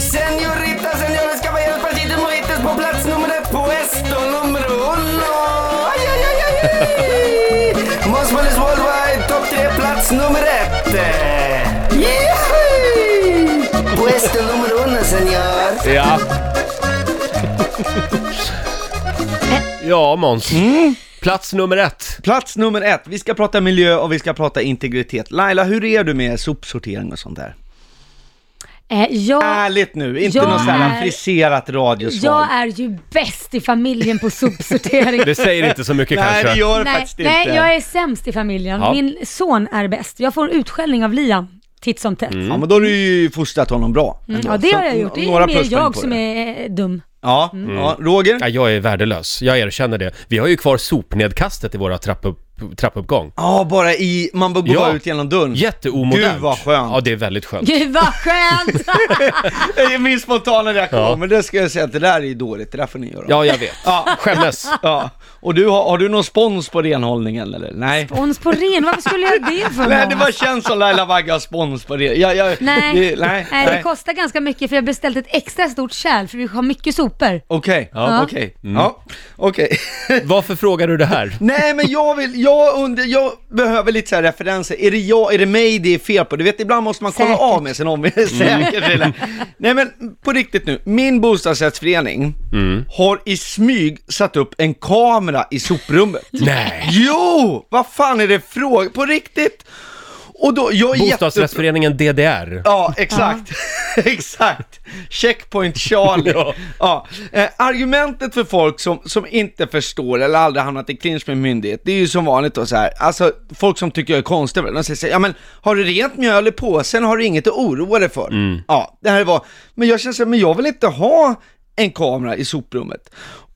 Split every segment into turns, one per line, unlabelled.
Señorita, señores, caballeros, pasitos, mojitos på plats nummer puesto nummer uno. Aj, aj, aj, aj, aj. Mossmanis Worldwide, topp tre, plats nummer ett. Yehey! Puesto nummer uno, señor.
Ja. Ja, Måns.
Mm.
Plats nummer ett.
Plats nummer ett, vi ska prata miljö och vi ska prata integritet. Laila, hur är du med sopsortering och sånt där?
Eh, jag,
Ärligt nu, inte
Jag
något så här
är-
friserat radiosvar.
jag är ju bäst i familjen på sopsortering.
Det säger inte så mycket
Nej, det
kanske.
gör det
nej,
faktiskt
nej,
inte.
jag är sämst i familjen.
Ja.
Min son är bäst. Jag får utskällning av Liam titt som tätt.
Ja, men då har du ju fostrat honom bra. ändå.
Mm. Ja, det
Så
har jag gjort. Det
Mm. några
är mer
pluspoäng
jag
på
som
det.
är eh, dum.
Ja, ja, Roger?
Ja, jag är värdelös. Jag erkänner det. Vi har ju kvar sopnedkastet i våra trappupp, trappuppgång.
Ja, bara i, man bara går
Ja.
bara ut genom dörren.
Jätteomodernt.
Gud, vad skönt.
Ja, det är väldigt skönt.
Gud vad skönt!
Det är min spontana reaktion,
Ja.
men det ska jag säga att det där är ju dåligt, det där får ni göra.
Ja, jag vet.
Ja.
Skämmes.
Ja. Och du, har, har du någon spons på renhållningen eller? Nej.
Ons på ren, varför skulle jag det för
Nej,
Måns?
det bara känns som Laila Bagge har spons på det. Jag, jag,
Nej.
Det, nej,
Nej, det
nej.
kostar ganska mycket för jag har beställt ett extra stort kärl för vi har mycket sopor.
Okej,
Ja.
okej,
Mm.
ja, okej.
Varför frågar du det här?
Nej men jag vill, jag undrar, jag behöver lite så här referenser. Är det jag, är det mig det är fel på? Du vet ibland måste man kolla
Säkert.
av med sin omgivning. Säkert eller? Nej men på riktigt nu, min bostadsrättsförening har i smyg satt upp en kamera i soprummet.
Nej.
Jo! Vad fan är det fråga? På riktigt? Och då, jag är jätte...
Bostadsrättsföreningen DDR.
Ja, exakt. exakt. Checkpoint Charlie. ja.
Ja.
Eh, argumentet för folk som, som inte förstår eller aldrig hamnat i clinch med myndighet, det är ju som vanligt då så här. alltså folk som tycker jag är konstig, de säger så här, ja men har du rent mjöl i påsen har du inget att oroa dig för. Ja, det här var, men jag känner så här, men jag vill inte ha en kamera i soprummet.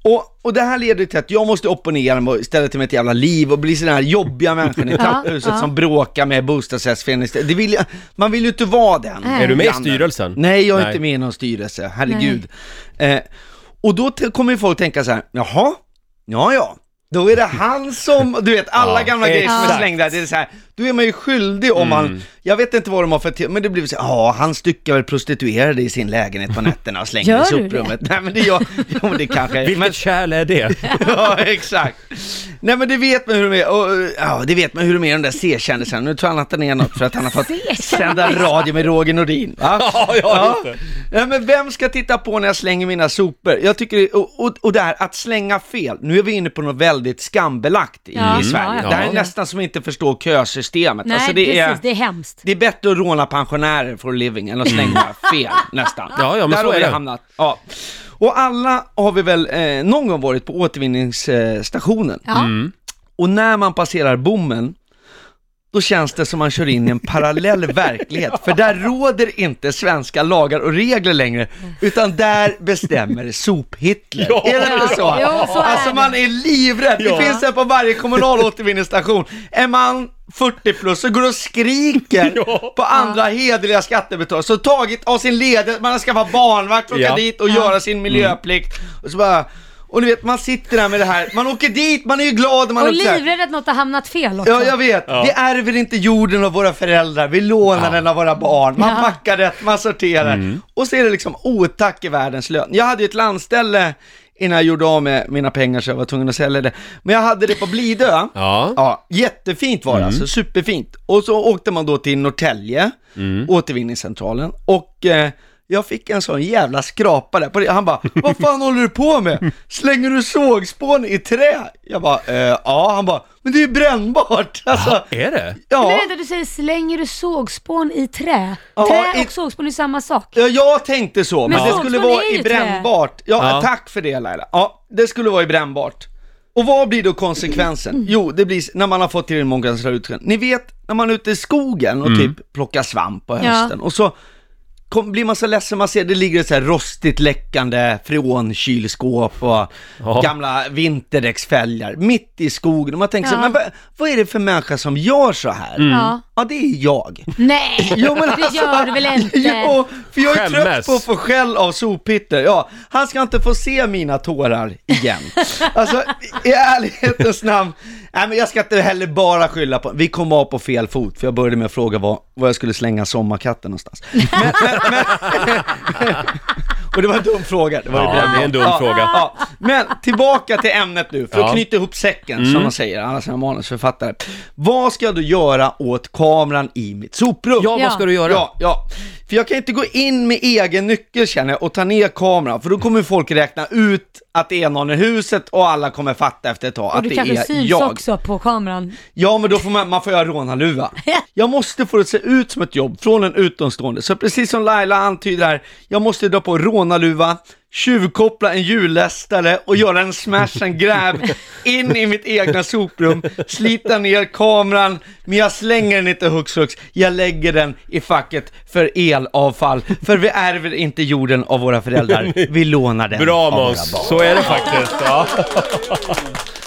Och, och det här leder till att jag måste opponera mig och ställa till mig ett jävla liv och bli sån här jobbiga människan i trapphuset
ja.
som bråkar med bostadsrättsföreningen. Det vill jag, man vill ju inte vara den.
Nej.
Är du med i
grannen.
styrelsen?
Nej, jag är inte med i någon styrelse, herregud. Eh, och då t- kommer ju folk tänka så här, jaha, ja ja. Då är det han som, du vet alla
Ja,
gamla grejer som är
exakt. Mm.
slängda, det är så här, då är man ju skyldig om man, jag vet inte vad de har för te- men det blir så här, ja han styckar väl prostituerade i sin lägenhet på nätterna och slänger i
Gör du det?
soprummet. Nej men det gör, jo men det kanske,
Vilket
men,
kärl är det?
ja exakt. Nej men det vet man hur de är, och, eh, ja det vet man hur de är de där C-kändisarna, nu tror han att han är något för att han har fått
C-kändis.
sända radio med Roger Nordin. Va?
Ja, ja,
Ja.
just det.
Nej, men vem ska titta på när jag slänger mina sopor? Jag tycker, och, och, och det här att slänga fel, nu är vi inne på något väldigt skambelagt i,
Ja,
i Sverige.
ja,
Det här är
ja.
nästan som inte förstår kösystemet.
Nej,
Alltså,
precis,
det, är,
det är hemskt.
det är bättre att råna pensionärer for a living än att slänga fel nästan.
Mm. Ja, ja, men
Där
så
har
är
vi
det.
hamnat. Ja. Och alla har vi väl eh, någon gång varit på återvinningsstationen.
Ja.
Och när man passerar bommen, då känns det som man kör in i en parallell verklighet, för där råder inte svenska lagar och regler längre, utan där bestämmer sop-Hitler.
Ja.
Är det inte så?
Jo, så är
alltså
det.
man är livrädd.
Ja.
Det finns här på varje kommunal återvinningsstation. Är man 40 plus så går och skriker
Ja.
på andra hederliga skattebetalare, så tagit av sin ledighet, man har skaffat barnvakt, plockat
Ja. Mm.
dit och göra sin miljöplikt. Och så bara, och ni vet, man sitter där med det här, man åker dit, man är ju glad och man
Och
åker så här-
livrädd att något har hamnat fel också.
Ja, jag vet.
Ja.
Vi ärver inte jorden av våra föräldrar, vi lånar den av våra barn. Man
Ja.
packar rätt, man sorterar.
Mm.
Och så är det liksom otack i världens lön. Jag hade ju ett landställe innan jag gjorde av med mina pengar så jag var tvungen att sälja det. Men jag hade det på Blidö.
Ja.
Ja, jättefint var det alltså, superfint. Och så åkte man då till Norrtälje, återvinningscentralen, och eh, jag fick en sån jävla skrapa där på det. Han bara, vad fan håller du på med? Slänger du sågspån i trä? Jag bara, eh, ja. Han bara, men det är ju brännbart. Alltså,
Är det?
Men
ja.
vänta, du säger slänger du sågspån i trä?
Ja,
trä
i-
och sågspån är samma sak.
Ja, Jag tänkte så, men
Men
det
sågspån
skulle vara
är ju
i
trä.
brännbart. Ja,
Ja.
tack för det Laila. Ja, det skulle vara i brännbart. Och vad blir då
Mm.
konsekvensen? Jo, det blir s- när man har fått till en mångkanslad utredning. Ni vet, när man är ute i skogen och
Mm.
typ plockar svamp på
Ja.
hösten och så kom, blir man så ledsen man ser det ligger ett så här rostigt läckande freonkylskåp och
Ja.
gamla vinterdäcksfälgar mitt i skogen. Och man tänker så här,
Ja.
men vad, vad är det för människa som gör så här?
Mm.
Ja.
Ja, det är jag.
Nej,
Jo, men alltså-
det gör du väl inte?
Jo, för jag är trött
Skämmes.
på att få skäll av sophitter. Ja, han ska inte få se mina tårar igen. Alltså, i ärlighetens namn. Nej men jag ska inte heller bara skylla på, vi kom av på fel fot för jag började med att fråga var, var jag skulle slänga sommarkatten någonstans. Men, men, men, och det var en dum fråga. Det var ju
Ja,
brännbart.
det är en dum
ja,
fråga.
Ja. Men tillbaka till ämnet nu, för att
Ja.
knyta ihop säcken
Mm.
som de säger, alla sina manusförfattare. Vad ska jag då göra åt kameran i mitt soprum?
Ja,
Ja.
vad ska du göra?
Ja, ja. För jag kan inte gå in med egen nyckel känner jag och ta ner kameran,
Mm.
för då kommer folk räkna ut att det är någon i huset och alla kommer fatta efter ett tag
Och
att
du
det
kanske
är
syns
jag.
också på kameran.
Ja, men då får man, man får göra rånarluva. Jag måste få det att se ut som ett jobb från en utomstående. Så precis som Laila antyder här, jag måste dra på rånarluva, tjuvkoppla en hjulästare och göra en smash and grab in i mitt egna soprum, slita ner kameran, men jag slänger den inte hux flux. Jag lägger den i facket för elavfall, för vi ärver inte jorden av våra föräldrar, vi lånar den
Bra
av våra
Måns, så är det faktiskt. Ja.